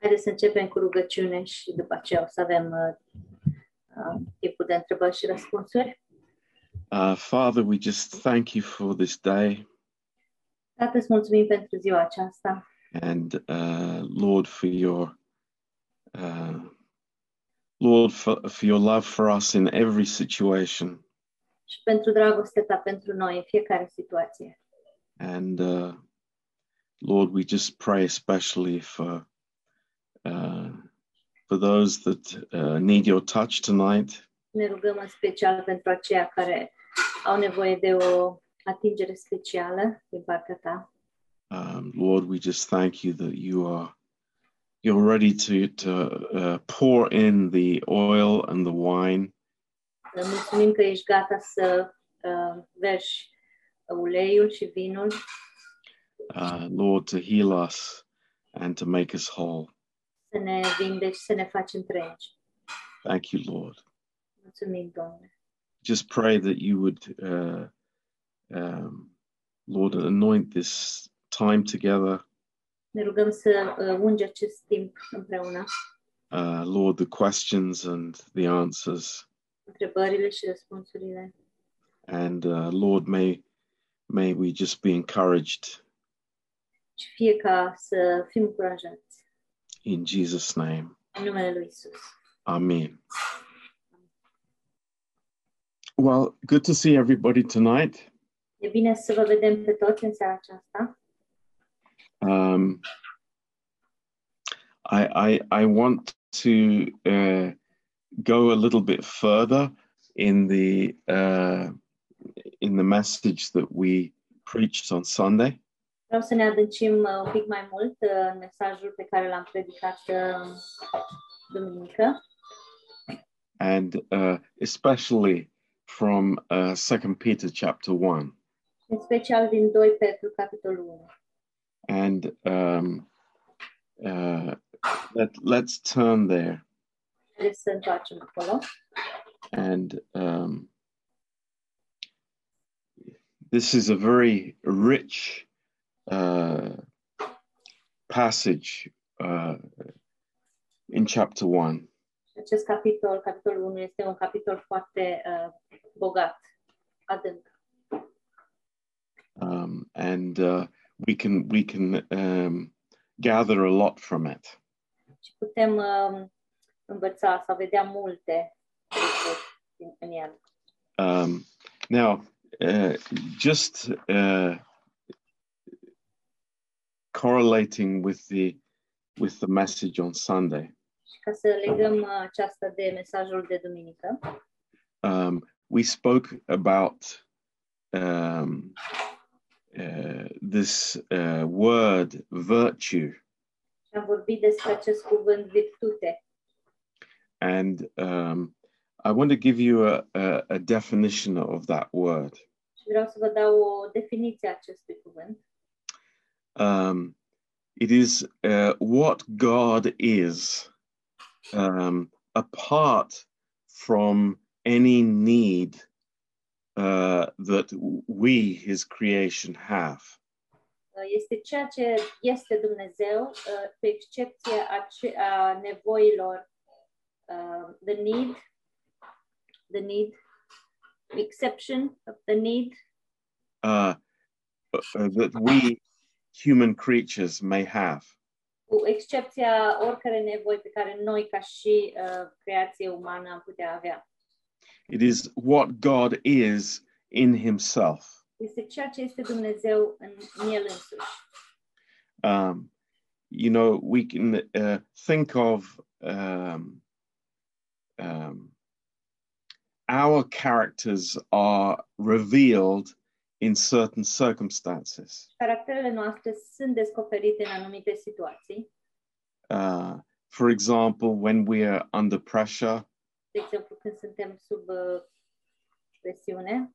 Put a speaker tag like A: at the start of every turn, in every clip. A: Haideți să începem cu rugăciune și după aceea o să avem uh, tipul de întrebări și răspunsuri.
B: Uh, Father, we just thank you for this day.
A: Tată, îți mulțumim pentru ziua aceasta
B: and uh, Lord for your uh, Lord for, for your love for us in every situation
A: și pentru dragostea ta pentru noi în fiecare situație.
B: and uh, Lord we just pray especially for uh, for those that uh, need your touch tonight
A: Ne rugăm în special pentru aceia care au nevoie de o atingere specială din partea ta.
B: um, Lord we just thank you that you are you're ready to to uh, pour in the oil and the wine
A: Ne mulțumim că ești gata să uh, verși uleiul și vinul
B: uh, Lord to heal us and to make us whole
A: să ne vindeci, să ne faci întregi.
B: Thank you, Lord.
A: Mulțumim, Doamne.
B: Just pray that you would, uh, um, Lord, anoint this time together.
A: Ne rugăm să uh, ungi acest timp împreună,
B: Uh, Lord, the questions and the answers.
A: întrebările și răspunsurile.
B: And uh, Lord, may, may we just be encouraged
A: Și fie ca să fim încurajați.
B: in Jesus' name.
A: În numele Lui Isus.
B: Amen. Well, good to see everybody tonight.
A: E bine să vă vedem pe toți în seara aceasta.
B: um, I, I I want to uh, go a little bit further in the uh, in the message that we preached on Sunday,
A: Vreau să ne adâncim uh, un pic mai mult uh, în mesajul pe care l-am predicat uh, duminică
B: and uh, especially from uh, Second Peter chapter one.
A: în special din 2 Petru, capitolul 1.
B: And um, uh, let let's turn there
A: Haideți să întoarcem acolo.
B: and um, this is a very rich uh, passage uh, in chapter one,
A: Acest capitol, capitolul 1, este un capitol foarte uh, bogat, adânc.
B: um, and uh, we can we can um, gather a lot from it.
A: și putem uh, învăța sau vedea multe lucruri din, în el.
B: Um, now, uh, just uh, correlating with the with the message on Sunday.
A: Și ca să legăm uh, aceasta de mesajul de duminică,
B: um, we spoke about um, uh, this uh, word virtue,
A: am vorbit despre acest cuvânt virtute
B: and um, I want to give you a, a, a definition of that word.
A: și vreau să vă dau o definiție a acestui cuvânt.
B: Um, it is uh, what God is um, apart from any need uh, that w- we, His creation, have.
A: Uh, Este ceea ce este Dumnezeu, uh, cu excepție a, ce, a nevoilor, uh, the need, the need, exception of the need,
B: uh, uh, that we human creatures may have.
A: cu excepția oricărei nevoi pe care noi ca și uh, creație umană am putea avea.
B: It is what God is in Himself.
A: Este ceea ce este Dumnezeu în, în El însuși.
B: Um, you know, we can uh, think of um, um, our characters are revealed in certain circumstances.
A: Caracterele noastre sunt descoperite în anumite situații,
B: Uh, for example, when we are under pressure,
A: de exemplu când suntem sub uh, presiune,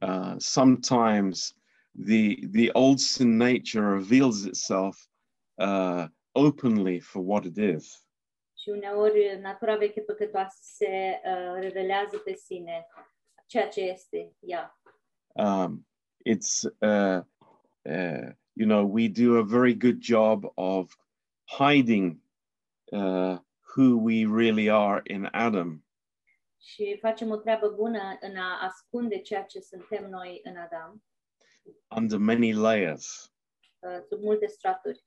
B: uh, sometimes the the old sin nature reveals itself uh, openly for what it is.
A: și uneori natura veche păcătoasă se uh, revelează pe sine, ceea ce este ea.
B: Um, it's uh, uh, you know we do a very good job of hiding uh, who we really are in Adam.
A: și facem o treabă bună în a ascunde ceea ce suntem noi în Adam,
B: under many layers.
A: uh, sub multe straturi.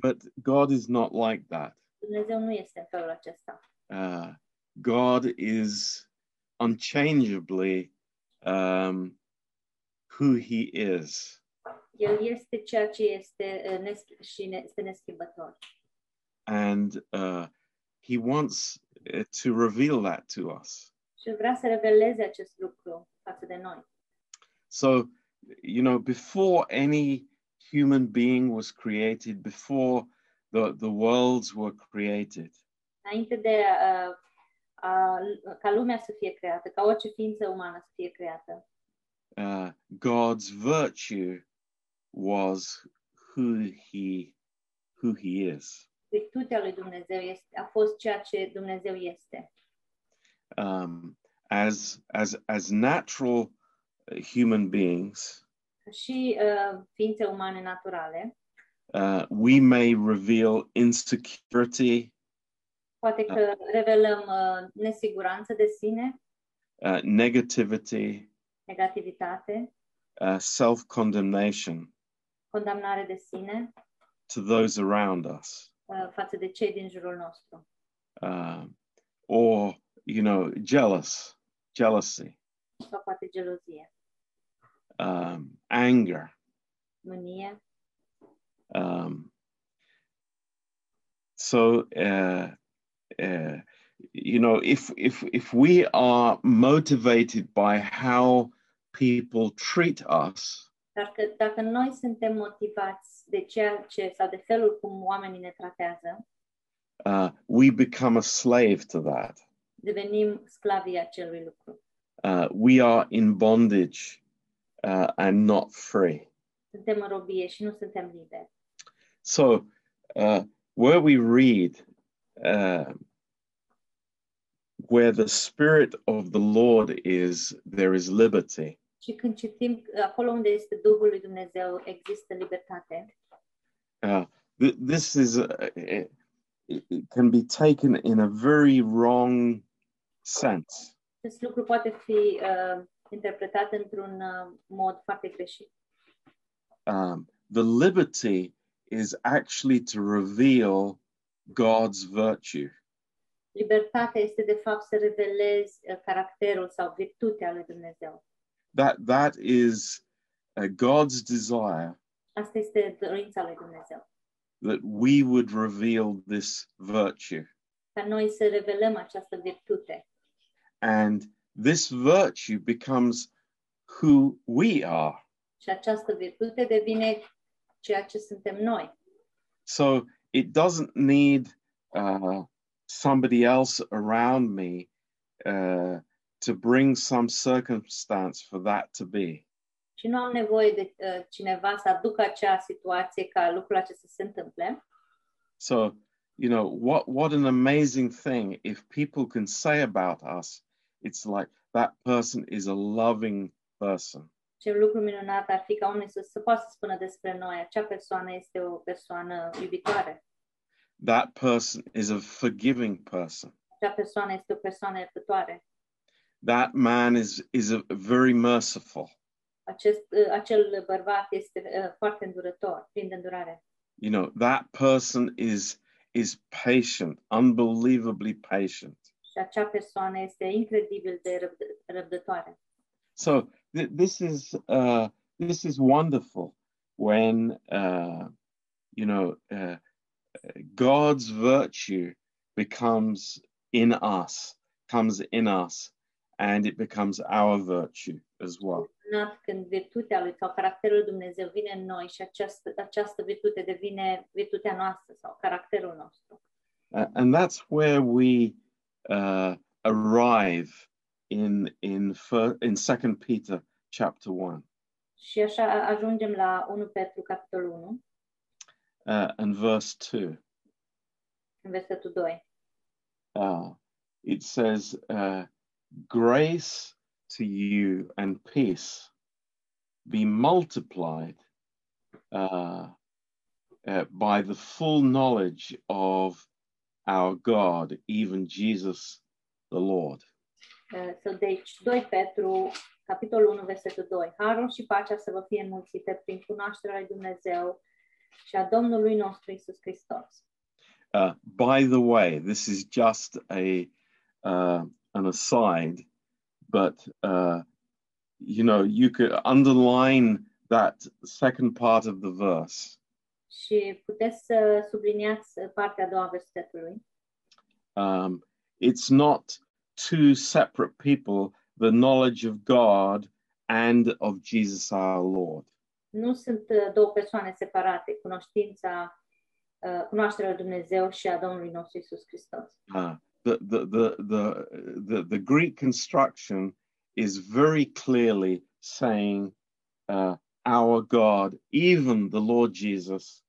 B: But God is not like that.
A: Dumnezeu nu este în felul acesta.
B: Uh, God is unchangeably um, who He is,
A: El este ceea ce este uh, nesch- și ne- este neschimbător.
B: and uh, He wants uh, to reveal that to us.
A: Și vrea să reveleze acest lucru față de noi.
B: So, you know, before any human being was created, before the, the worlds were created,
A: Înainte de uh, a, ca lumea să fie creată, ca orice ființă umană să fie creată,
B: uh, God's virtue was who he who he is.
A: virtutea lui Dumnezeu este, a fost ceea ce Dumnezeu este.
B: Um, as as as natural uh, human beings,
A: Și uh, ființe umane naturale,
B: uh, we may reveal insecurity,
A: poate că revelăm uh, nesiguranță de sine,
B: uh, negativity,
A: negativitate,
B: uh, self condemnation
A: condamnare de sine
B: to those around us,
A: uh, față de cei din jurul nostru
B: Um or you know, jealous, jealousy,
A: sau poate gelozie,
B: um, anger,
A: mânie.
B: Um, so uh, uh, you know, if if if we are motivated by how people treat us,
A: Dar că dacă noi suntem motivați de ceea ce sau de felul cum oamenii ne tratează,
B: uh, we become a slave to that.
A: devenim sclavii acelui lucru.
B: Uh, we are in bondage uh, and not free.
A: Suntem în robie și nu suntem liberi.
B: So uh, where we read. Uh, where the spirit of the Lord is, there is liberty.
A: Și când citim acolo unde este Duhul lui Dumnezeu, există libertate.
B: Uh, th- this is uh, it, it it can be taken in a very wrong sense.
A: Acest lucru poate fi uh, interpretat într-un uh, mod foarte greșit.
B: Um, the liberty is actually to reveal God's virtue.
A: Libertatea este de fapt să revelezi uh, caracterul sau virtutea lui Dumnezeu.
B: That that is uh, God's desire
A: Asta este dorința lui Dumnezeu.
B: that we would reveal this virtue,
A: Ca noi să revelăm această virtute.
B: and this virtue becomes who we are.
A: Și această virtute devine ceea ce suntem noi.
B: So it doesn't need uh, somebody else around me uh, to bring some circumstance for that to be.
A: Și nu am nevoie de uh, cineva să aducă acea situație ca lucrul acesta să se întâmple.
B: So you know what? What an amazing thing if people can say about us, it's like that person is a loving person.
A: Ce lucru minunat ar fi ca oamenii să, să poată să spună despre noi. Acea persoană este o persoană iubitoare.
B: That person is a forgiving person.
A: Acea persoană este o persoană iertătoare.
B: That man is is a very merciful.
A: Acest, uh, acel bărbat este uh, foarte îndurător, plin de îndurare.
B: you know that person is is patient unbelievably patient
A: și acea persoană este incredibil de răbd- răbdătoare.
B: so th- this is uh this is wonderful when uh you know uh, god's virtue becomes in us comes in us and it becomes our virtue as well
A: Minunat când virtutea lui sau caracterul lui Dumnezeu vine în noi și această, această virtute devine virtutea noastră sau caracterul nostru.
B: Uh, and that's where we uh, arrive in in fir- in second peter chapter 1
A: Și așa ajungem la 1 Petru, capitolul 1,
B: uh, and verse 2.
A: în versetul 2.
B: Uh, it says, uh, Grace to you and peace be multiplied uh, uh, by the full knowledge of our God, even Jesus the Lord.
A: Uh, So, deci, 2 Petru, capitolul 1, versetul 2. Harul și pacea să vă fie înmulțite prin cunoașterea lui Dumnezeu și a Domnului nostru Isus Hristos.
B: Uh, by the way, this is just a uh, an aside, but uh, you know you could underline that second part of the verse.
A: Și puteți să subliniați uh, partea a doua a versetului.
B: Um, it's not two separate people, the knowledge of God and of Jesus our Lord.
A: Nu sunt uh, două persoane separate, cunoștința, uh, cunoașterea lui Dumnezeu și a Domnului nostru Isus Hristos.
B: Uh, the, the, the, the, the, the Greek construction is very clearly saying uh, our God, even the Lord Jesus,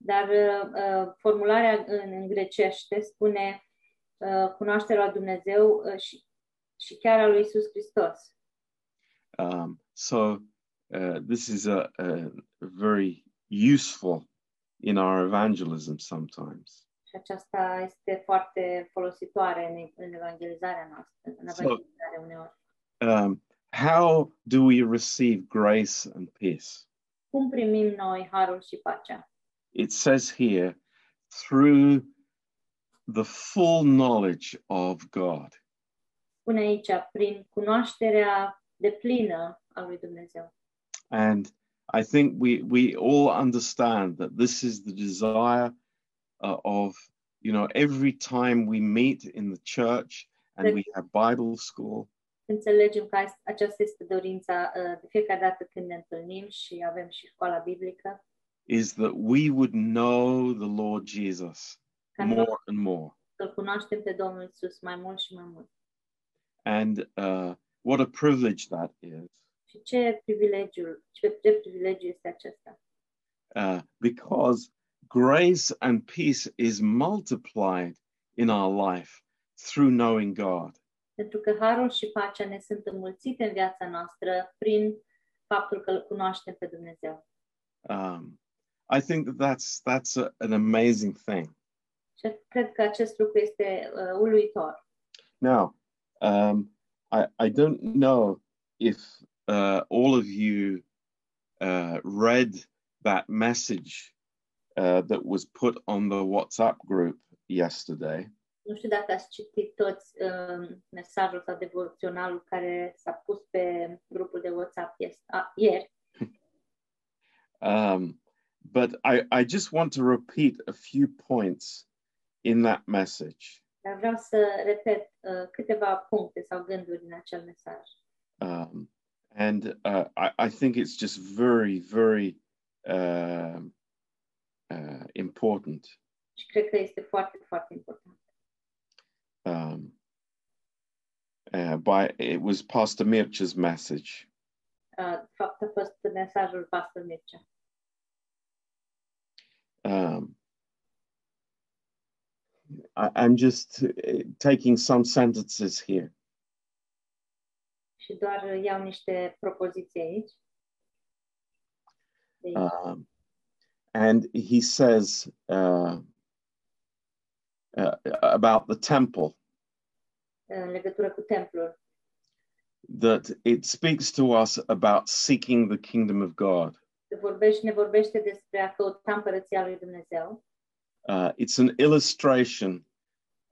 A: Dar uh, uh, formularea în, în grecește spune uh, cunoașterea lui Dumnezeu uh, și, și chiar a lui Isus Hristos.
B: Um, so uh, this is a, a very useful in our evangelism sometimes.
A: Și aceasta este foarte folositoare în, în evangelizarea noastră, în
B: So-
A: evangelizare uneori.
B: Um, how do we receive grace and peace?
A: Cum primim noi harul și pacea?
B: It says here, through the full knowledge of God.
A: Pune aici, prin cunoașterea deplină a lui Dumnezeu.
B: And I think we, we all understand that this is the desire uh, of, you know, every time we meet in the church and we have Bible school,
A: Înțelegem că ais- aceasta este dorința uh, de fiecare dată când ne întâlnim și avem și școala biblică,
B: is that we would know the Lord Jesus
A: ca noi
B: more and more.
A: să-L cunoaștem pe Domnul Isus mai mult și mai mult.
B: And uh, what a privilege that is,
A: Și ce privilegiul, ce, ce privilegiu este acesta?
B: uh, because grace and peace is multiplied in our life through knowing God.
A: Pentru că harul și pacea ne sunt înmulțite în viața noastră prin faptul că îl cunoaștem pe Dumnezeu.
B: Um, I think that that's, that's a, an amazing thing.
A: Și cred că acest lucru este uh, uluitor.
B: Now, um, I, I don't know if uh, all of you uh, read that message uh, that was put on the WhatsApp group yesterday,
A: Nu știu dacă ați citit toți um, mesajul sau devoționalul care s-a pus pe grupul de WhatsApp ies- a, ieri,
B: um, but I, I just want to repeat a few points in that message.
A: dar vreau să repet uh, câteva puncte sau gânduri din acel mesaj.
B: Um, and uh, I, I think it's just very, very um uh, important.
A: Și cred că este foarte, foarte important.
B: um, uh, by it was Pastor Mircha's message.
A: Uh, de fapt, a fost mesajul Pastor Mircea.
B: Um, I, I'm just uh, taking some sentences here.
A: și doar iau niște propoziții aici. Deci, uh.
B: Um, and he says uh, uh, about the temple
A: în legătură cu templul,
B: that it speaks to us about seeking the kingdom of God.
A: se vorbește, ne vorbește despre a căuta împărăția lui Dumnezeu.
B: Uh, it's an illustration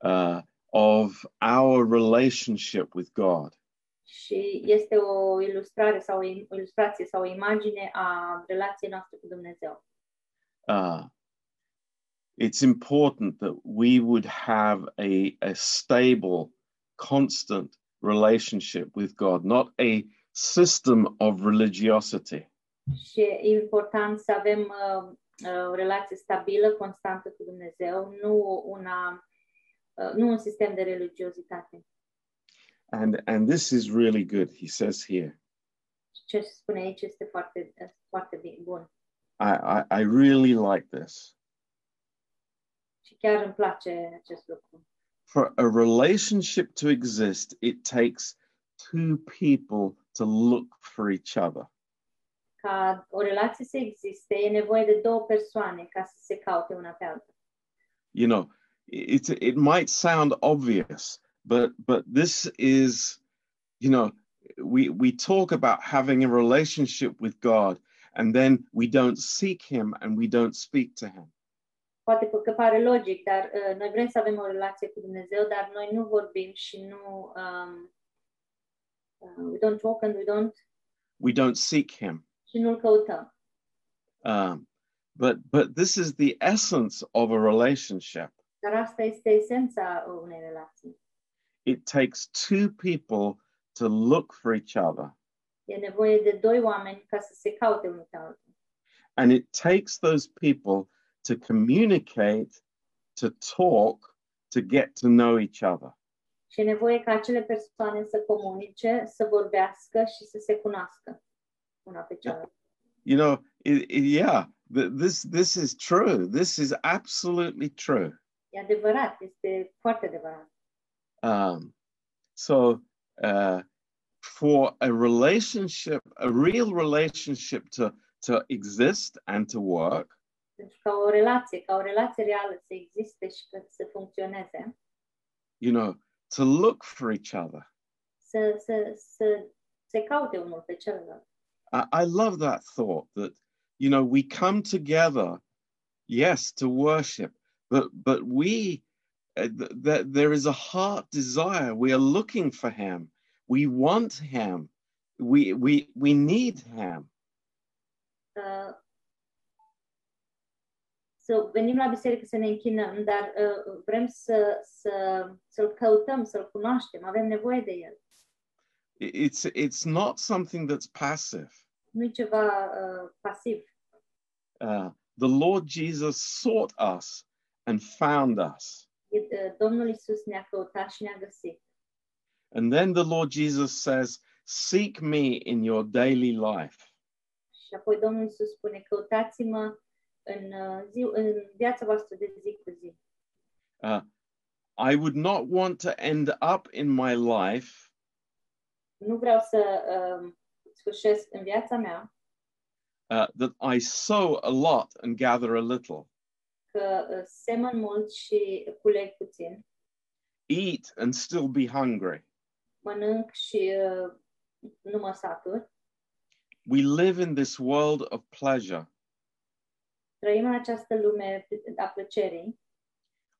B: uh, of our relationship with God.
A: Și este o ilustrare sau o im- o ilustrație sau o imagine a relației noastre cu Dumnezeu.
B: uh, it's important that we would have a, a stable, constant relationship with God, not a system of religiosity.
A: Și e important să avem uh, uh, o relație stabilă, constantă cu Dumnezeu, nu, una, uh, nu un sistem de religiozitate.
B: And, and this is really good, he says here.
A: Și ce se spune aici este foarte, foarte bine- bun.
B: I, I, I really like this.
A: Și chiar îmi place acest lucru.
B: For a relationship to exist, it takes two people to look for each other.
A: ca o relație să existe, e nevoie de două persoane ca să se caute una pe alta.
B: You know, it's it might sound obvious, but but this is, you know, we we talk about having a relationship with God, and then we don't seek Him and we don't speak to Him.
A: Poate că pare logic, dar uh, noi vrem să avem o relație cu Dumnezeu, dar noi nu vorbim și nu um, uh, we don't talk and we don't
B: We don't seek Him.
A: și nu-l căutăm.
B: Um, but but this is the essence of a relationship.
A: Dar asta este esența unei relații.
B: It takes two people to look for each other,
A: E nevoie de doi oameni ca să se caute unul pe altul.
B: and it takes those people to communicate, to talk, to get to know each other.
A: Și e nevoie ca acele persoane să comunice, să vorbească și să se cunoască una pe cealaltă.
B: You know, it, it- yeah, th- this this is true. This is absolutely true.
A: E adevărat, este foarte adevărat.
B: Um, so, uh, for a relationship, a real relationship to to exist and to work,
A: Pentru ca o relație, ca o relație reală să existe și că- să funcționeze,
B: you know, to look for each other.
A: să, să, să se caute unul pe celălalt.
B: I, I love that thought that you know we come together, yes, to worship, but but we uh, th- th- there is a heart desire. We are looking for Him. We want Him. We we we need Him.
A: Uh, să venim la biserică să ne închinăm, dar uh, vrem să, să, să-l căutăm, să-l cunoaștem, avem nevoie de el.
B: I- It's it's not something that's passive.
A: nu e ceva uh, pasiv.
B: Uh, the Lord Jesus sought us and found us,
A: E, uh, Domnul Isus ne-a căutat și ne-a găsit.
B: and then the Lord Jesus says, "Seek me in your daily life."
A: Și apoi Domnul Isus spune, căutați-mă în, uh, zi, în viața voastră de zi cu zi.
B: I would not want to end up in my life
A: Nu vreau să uh, sfârșesc în viața mea
B: uh, that I sow a lot and gather a little,
A: că uh, semăn mult și culeg puțin,
B: eat and still be hungry.
A: mănânc și uh, nu mă satur.
B: We live in this world of pleasure,
A: Trăim în această lume a plăcerii,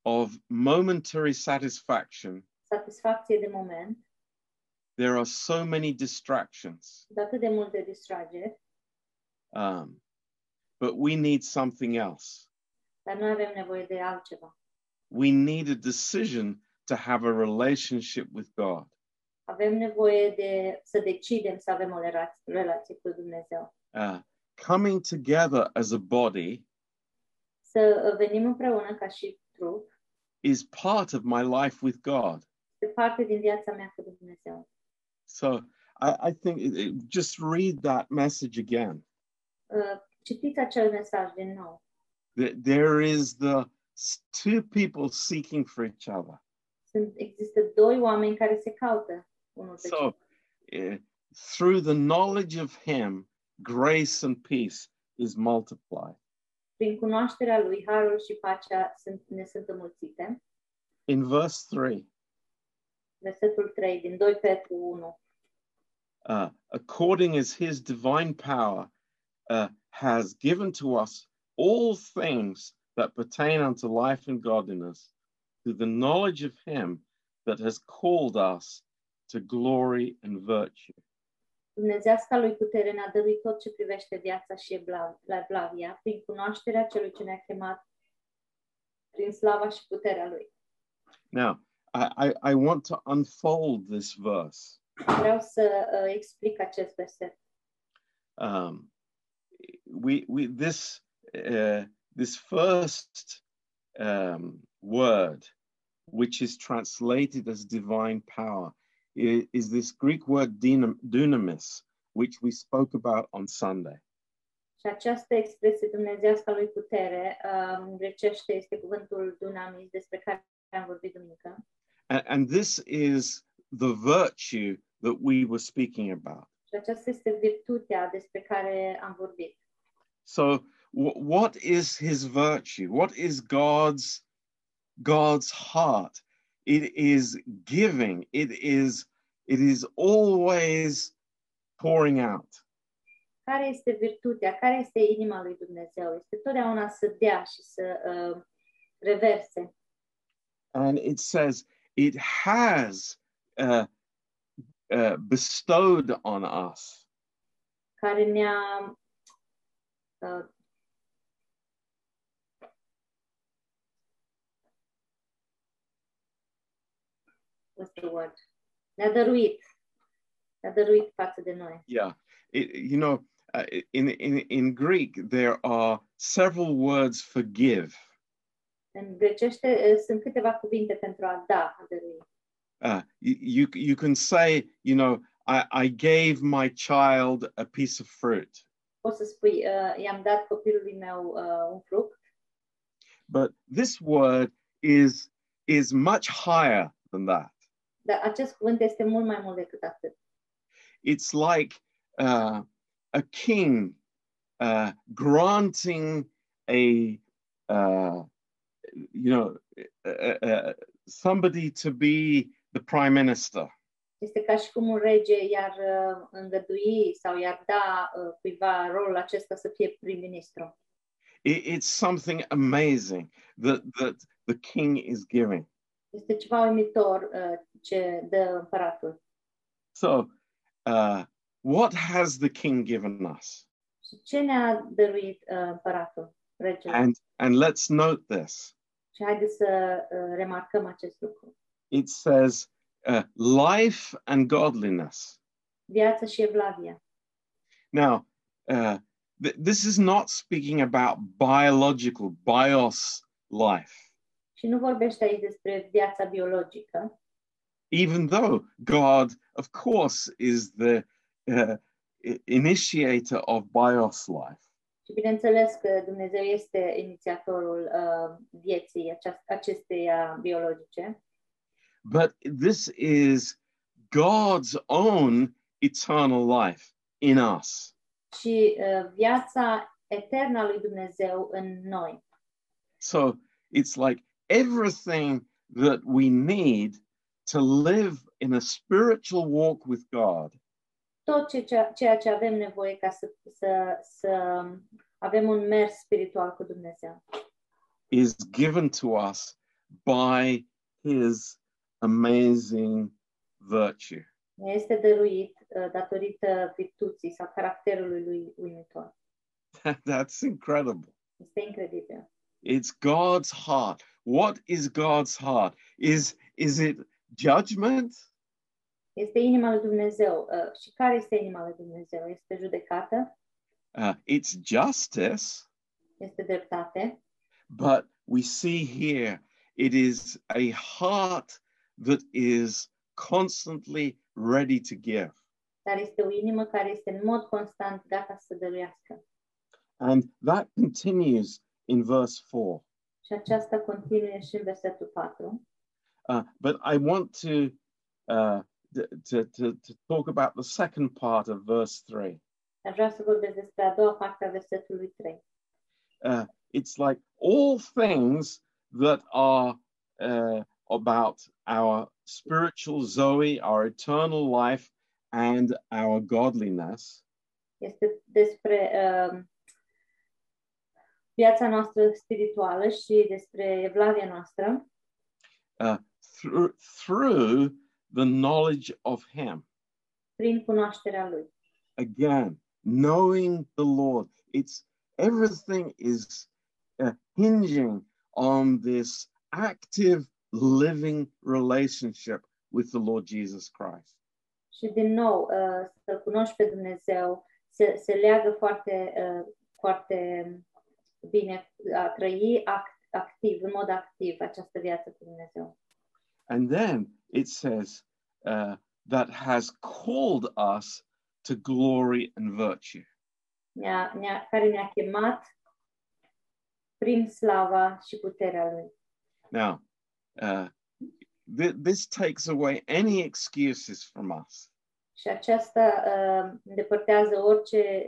B: of momentary satisfaction.
A: satisfacție de moment,
B: There are so many distractions,
A: de atât de multe distrageri,
B: um, but we need something else.
A: dar noi avem nevoie de altceva.
B: We need a decision to have a relationship with God.
A: Avem nevoie de să decidem să avem o relație, relație cu Dumnezeu.
B: Uh, coming together as a body
A: Să uh, venim împreună ca și trup,
B: is part of my life with God.
A: de parte din viața mea cu Dumnezeu.
B: So I, I think it, it- just read that message again.
A: Uh, Citiți acel mesaj din nou.
B: That there is the s- two people seeking for each other.
A: Sunt, există doi oameni care se caută unul pe
B: So
A: celălalt.
B: eh, through the knowledge of Him, grace and peace is multiplied.
A: Prin cunoașterea lui, harul și pacea sunt, ne sunt înmulțite.
B: In verse three,
A: Versetul 3 din 2 Petru 1.
B: uh, according as His divine power uh, has given to us all things that pertain unto life and godliness, through the knowledge of Him that has called us to glory and virtue.
A: Dumnezeasca lui putere ne-a dăruit tot ce privește viața și eblav- la blavia, prin cunoașterea celui ce ne-a chemat, prin slava și puterea lui.
B: Now, I, I, I want to unfold this verse.
A: Vreau să uh, explic acest verset.
B: Um, we, we, this, uh, this first um, word, which is translated as divine power, i- is this Greek word dynam- dunamis, which we spoke about on Sunday.
A: Și această expresie dumnezească a lui putere, uh, în grecește, este cuvântul dunamis despre care am vorbit duminică.
B: And, and this is the virtue that we were speaking about.
A: Și aceasta este virtutea despre care am vorbit.
B: So, wh- what is his virtue? What is God's God's heart. It is giving. It is it is always pouring out.
A: Care este virtutea? Care este inima lui Dumnezeu? Este totdeauna să dea și să uh, reverse.
B: And it says it has uh, uh, bestowed on us.
A: Care ne-a uh, what's the word? Ne-a dăruit. Ne-a dăruit față de noi.
B: Yeah, it, you know, uh, in in in Greek there are several words for give.
A: În grecește uh, sunt câteva cuvinte pentru a da, a dărui.
B: Uh, y- you you can say, you know, I, I gave my child a piece of fruit,
A: Poți să spui, uh, i-am dat copilului meu uh, un fruct,
B: but this word is is much higher than that.
A: dar acest cuvânt este mult mai mult decât atât.
B: It's like uh, a king uh, granting a uh, you know uh, uh, somebody to be the prime minister.
A: Este ca și cum un rege i-ar uh, îngădui sau i-ar da uh, cuiva rolul acesta să fie prim-ministru.
B: It, it's something amazing that that the king is giving.
A: Este ceva uimitor uh, ce dă împăratul.
B: So, uh, what has the king given us?
A: Și ce ne-a dăruit uh, împăratul, regele?
B: And and let's note this.
A: Și haideți să uh, remarcăm acest lucru.
B: It says uh, life and godliness.
A: Viața și evlavia.
B: Now, uh, th- this is not speaking about biological bios life,
A: Și nu vorbește aici despre viața biologică,
B: even though God, of course, is the uh, i- initiator of bios life.
A: și bineînțeles că Dumnezeu este inițiatorul uh, vieții aceast- acesteia biologice,
B: But this is God's own eternal life in us.
A: și uh, viața eternă a lui Dumnezeu în noi.
B: So it's like everything that we need to live in a spiritual walk with God
A: Tot ce, ce- ceea ce avem nevoie ca să, să, să avem un mers spiritual cu Dumnezeu
B: is given to us by His amazing virtue.
A: ne este dăruit uh, datorită virtuții sau caracterului lui uimitor.
B: That's incredible.
A: Este incredibil.
B: It's God's heart. What is God's heart? Is is it judgment?
A: Este inima lui Dumnezeu. Uh, Și care este inima lui Dumnezeu? Este judecată,
B: Uh, it's justice.
A: este dreptate,
B: But we see here it is a heart that is constantly ready to give.
A: dar este o inimă care este în mod constant gata să dăruiască.
B: And that continues in verse 4.
A: Și aceasta continuă și în versetul 4.
B: Uh, but I want to, uh, th- to, to, to talk about the second part of verse 3.
A: Dar vreau să vorbesc despre a doua parte a versetului 3.
B: Uh, it's like all things that are uh, about our spiritual Zoe, our eternal life, and our godliness.
A: Este despre uh, viața noastră spirituală și despre evlavia noastră
B: uh, through, through the knowledge of Him.
A: prin cunoașterea Lui.
B: Again, knowing the Lord. It's everything is uh, hinging on this active, living relationship with the Lord Jesus Christ.
A: Și din nou, uh, să-L cunoști pe Dumnezeu, se, se leagă foarte, uh, foarte bine a trăi act, activ, în mod activ, această viață cu Dumnezeu.
B: And then it says uh, that has called us to glory and virtue.
A: Ne-a, ne-a, care ne-a chemat prin slava și puterea Lui.
B: Now, uh, th- this takes away any excuses from us.
A: Și aceasta uh, îndepărtează orice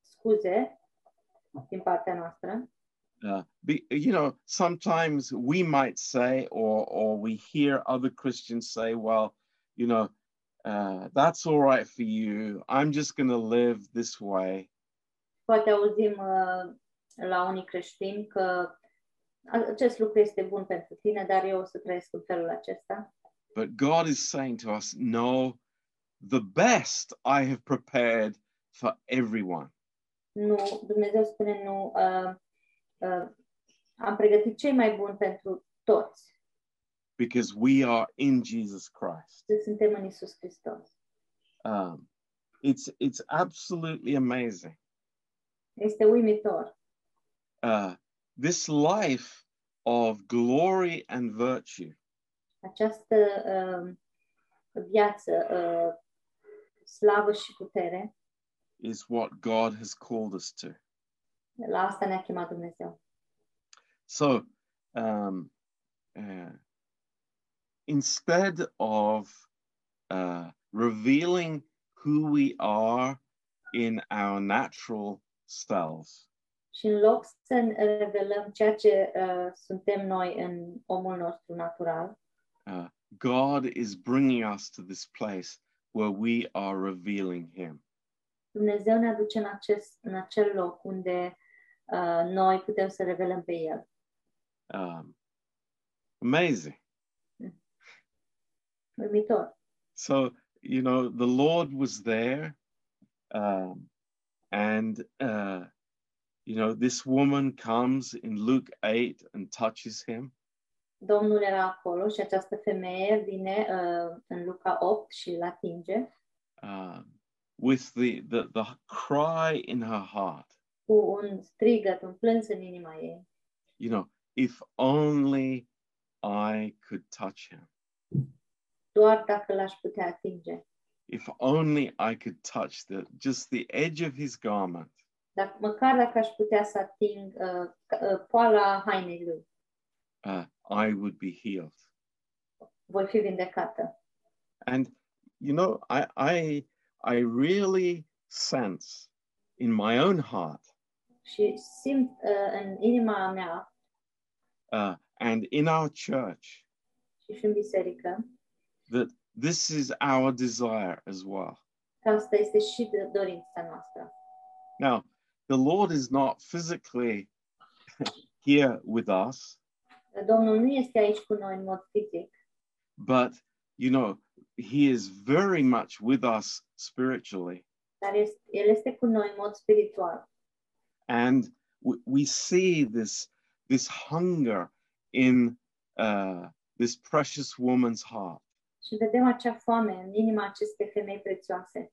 A: scuze din partea noastră
B: Uh, be, you know, sometimes we might say, or or we hear other Christians say, well, you know, uh, that's all right for you. I'm just going to live this way.
A: Poate auzim uh, la unii creștini că acest lucru este bun pentru tine, dar eu o să trăiesc în felul acesta.
B: But God is saying to us, no, the best I have prepared for everyone.
A: Nu, Dumnezeu spune nu, uh, uh, am pregătit cei mai buni pentru toți.
B: because we are in Jesus Christ.
A: Deci suntem în Isus Hristos.
B: Um, it's it's absolutely amazing.
A: Este uimitor.
B: Uh, this life of glory and virtue
A: Această um, viață, uh, slavă și putere,
B: is what God has called us to.
A: la asta ne-a chemat Dumnezeu.
B: So um, uh, instead of uh, revealing who we are in our natural selves,
A: Și în loc să ne revelăm ceea ce uh, suntem noi în omul nostru natural,
B: uh, God is bringing us to this place where we are revealing Him.
A: Dumnezeu ne aduce în, acest, în acel loc unde uh, noi putem să revelăm pe El.
B: Um, amazing.
A: Uimitor.
B: So, you know, the Lord was there. Um, and, uh, you know, this woman comes in Luke 8 and touches him.
A: Domnul era acolo și această femeie vine uh, în Luca 8 și îl atinge.
B: Um, with the, the, the cry in her heart,
A: cu un strigăt, un plâns în inima ei.
B: you know, if only I could touch him.
A: Doar dacă l-aș putea atinge.
B: If only I could touch the just the edge of his garment.
A: Dacă, măcar dacă aș putea să ating uh, c- uh, poala hainei lui,
B: uh, I would be healed.
A: voi fi vindecată.
B: And you know, I I I really sense in my own heart
A: Și simt uh, în inima mea
B: uh, and in our church
A: și și în biserică
B: that this is our desire as well.
A: că asta este și de dorința noastră.
B: Now, the Lord is not physically here with us,
A: Domnul nu este aici cu noi în mod fizic,
B: but you know, He is very much with us spiritually,
A: dar este, El este cu noi în mod spiritual.
B: and we, we see this this hunger in uh, this precious woman's heart.
A: Și vedem acea foame în inima acestei femei prețioase.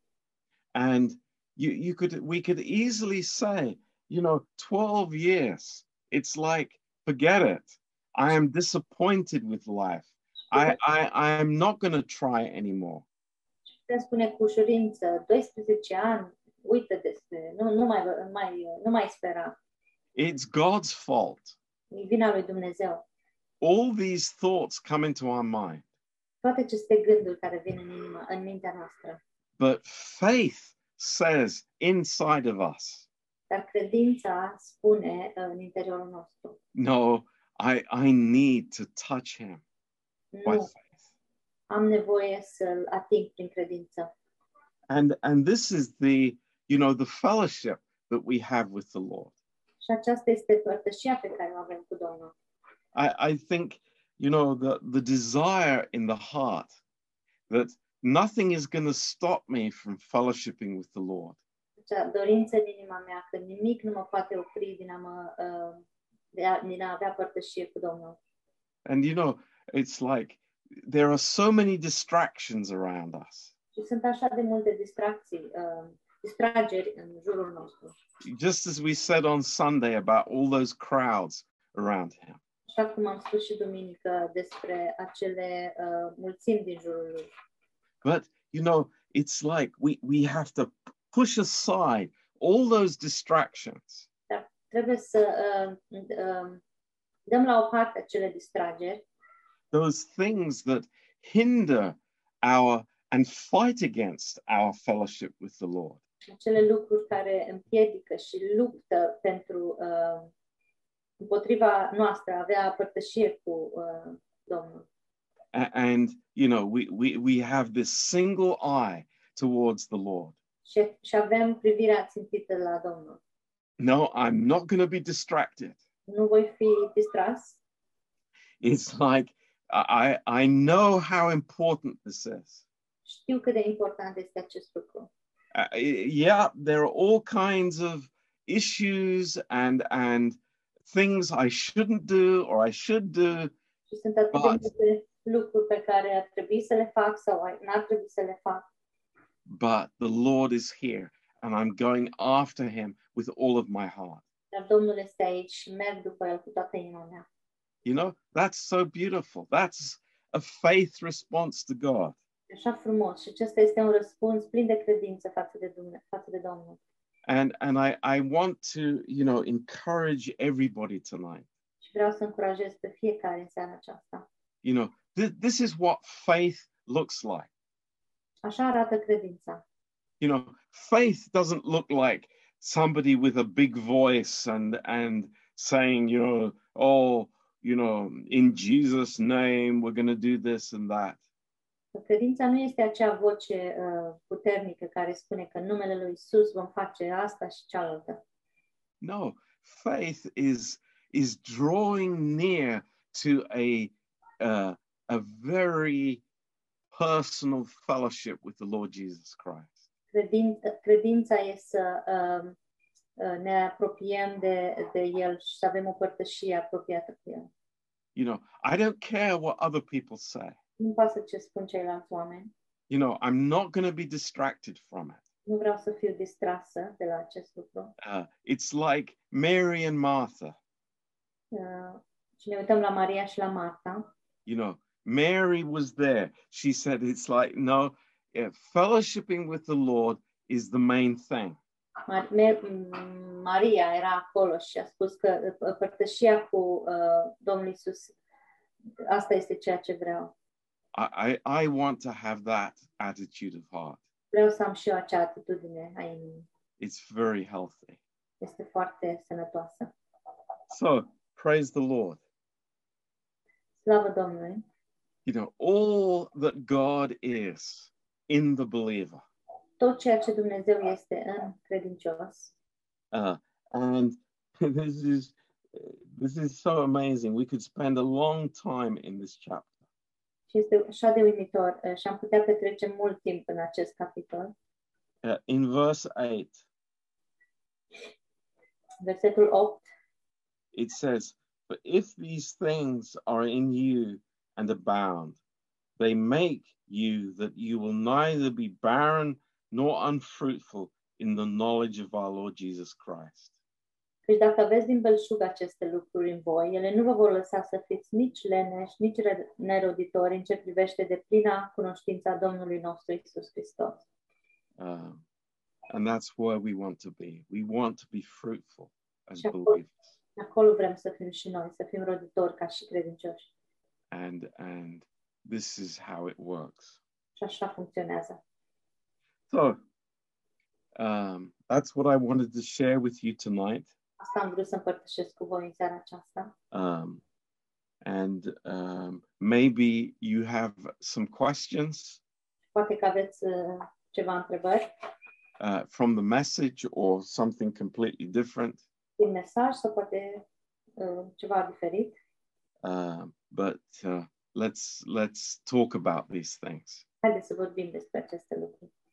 B: and you you could we could easily say you know 12 years it's like forget it i am disappointed with life i i i'm not going to try anymore
A: putem spune cu ușurință, 12 ani, uită despre, nu, nu, mai, nu mai, nu mai spera.
B: it's god's fault
A: E vina lui Dumnezeu.
B: all these thoughts come into our mind
A: Toate aceste gânduri care vin în inima, în mintea noastră.
B: but faith says inside of us
A: Dar credința spune uh, în interiorul nostru.
B: no i i need to touch him by
A: Nu,
B: faith
A: am nevoie să-l ating prin credință.
B: and and this is the you know the fellowship that we have with the lord
A: Și aceasta este părtășia pe care o avem cu Domnul.
B: I, I think, you know, the, the desire in the heart that nothing is going to stop me from fellowshipping with the Lord.
A: Acea dorință în inima mea că nimic nu mă poate opri din a, mă, uh, de a, din a avea părtășie cu Domnul.
B: And, you know, it's like there are so many distractions around us.
A: Și sunt așa de multe distracții, uh, distrageri în jurul nostru.
B: Just as we said on Sunday about all those crowds around him.
A: Așa cum am spus și duminică despre acele uh, mulțimi din jurul lui.
B: But, you know, it's like we, we have to push aside all those distractions
A: Trebuie să uh, uh, dăm la o parte acele distrageri,
B: those things that hinder our and fight against our fellowship with the Lord.
A: acele lucruri care împiedică și luptă pentru uh, împotriva noastră, a avea părtășie cu uh, Domnul.
B: A- And, you know, we, we, we have this single eye towards the Lord.
A: Și, și avem privirea țintită la Domnul.
B: No, I'm not going to be distracted.
A: Nu voi fi distras.
B: It's like, I, I I know how important this is.
A: Știu cât de important este acest lucru.
B: Uh, yeah, there are all kinds of issues and, and things I shouldn't do or I should do,
A: Și sunt atât de
B: But-
A: multe lucruri pe care ar trebui să le fac sau ai- n-ar trebui să le fac.
B: but the Lord is here and I'm going after him with all of my heart.
A: Dar Domnul este aici și merg după El cu toată inima mea.
B: You know, that's so beautiful. That's a faith response to God.
A: E Așa frumos. Și acesta este un răspuns plin de credință față de, Dumne- față de Domnul.
B: And and I, I want to, you know, encourage everybody tonight.
A: Și vreau să încurajez pe fiecare în seara aceasta.
B: You know, th- this is what faith looks like.
A: Așa arată credința.
B: You know, faith doesn't look like somebody with a big voice and and saying, you know, oh, you know, in Jesus' name we're gonna do this and that.
A: Credința nu este acea voce uh, puternică care spune că în numele lui Isus vom face asta și cealaltă.
B: No, faith is is drawing near to a uh, a very personal fellowship with the Lord Jesus Christ.
A: Credin, credința e să uh, uh, ne apropiem de, de El și să avem o părtășie apropiată cu El.
B: You know, I don't care what other people say.
A: Nu-mi pasă ce spun ceilalți oameni.
B: You know, I'm not going to be distracted from it.
A: Nu vreau să fiu distrasă de la acest lucru.
B: Uh, it's like Mary and Martha.
A: Uh, și ne uităm la Maria și la Marta.
B: You know, Mary was there. She said, "It's like no, yeah, fellowshipping with the Lord is the main thing."
A: Mar- me- m- Maria era acolo și a spus că uh, părtășia cu uh, Domnul Isus, asta este ceea ce vreau.
B: I, I, I want to have that attitude of heart.
A: Vreau să am și eu acea atitudine a inimii.
B: It's very healthy.
A: Este foarte sănătoasă.
B: So praise the Lord.
A: Slavă Domnului!
B: You know, all that God is in the believer.
A: Tot ceea ce Dumnezeu este în credincios.
B: Uh, and this is this is so amazing. We could spend a long time in this chapter.
A: Și este așa de uimitor uh, și am putea petrece mult timp în acest capitol.
B: Uh, in verse 8,
A: Versetul 8
B: it says, But if these things are in you and abound, they make you that you will neither be barren nor unfruitful in the knowledge of our Lord Jesus Christ.
A: Căci Deci dacă aveți din belșug aceste lucruri în voi, ele nu vă vor lăsa să fiți nici leneși, nici re- neroditori în ce privește de plina cunoștința Domnului nostru Isus Hristos.
B: Um, and that's where we want to be. We want to be fruitful as
A: Sure.
B: believers.
A: Acolo vrem să fim și noi, să fim roditori ca și credincioși.
B: And and this is how it works.
A: Și așa funcționează.
B: So um, that's what I wanted to share with you tonight.
A: Asta am vrut să împărtășesc cu voi în seara aceasta.
B: Um, and um, maybe you have some questions
A: Poate că aveți uh, ceva întrebări
B: uh, from the message or something completely different.
A: din mesaj sau poate uh, ceva diferit.
B: Um, but uh, let's let's talk about these things.
A: Haideți să vorbim despre aceste lucruri.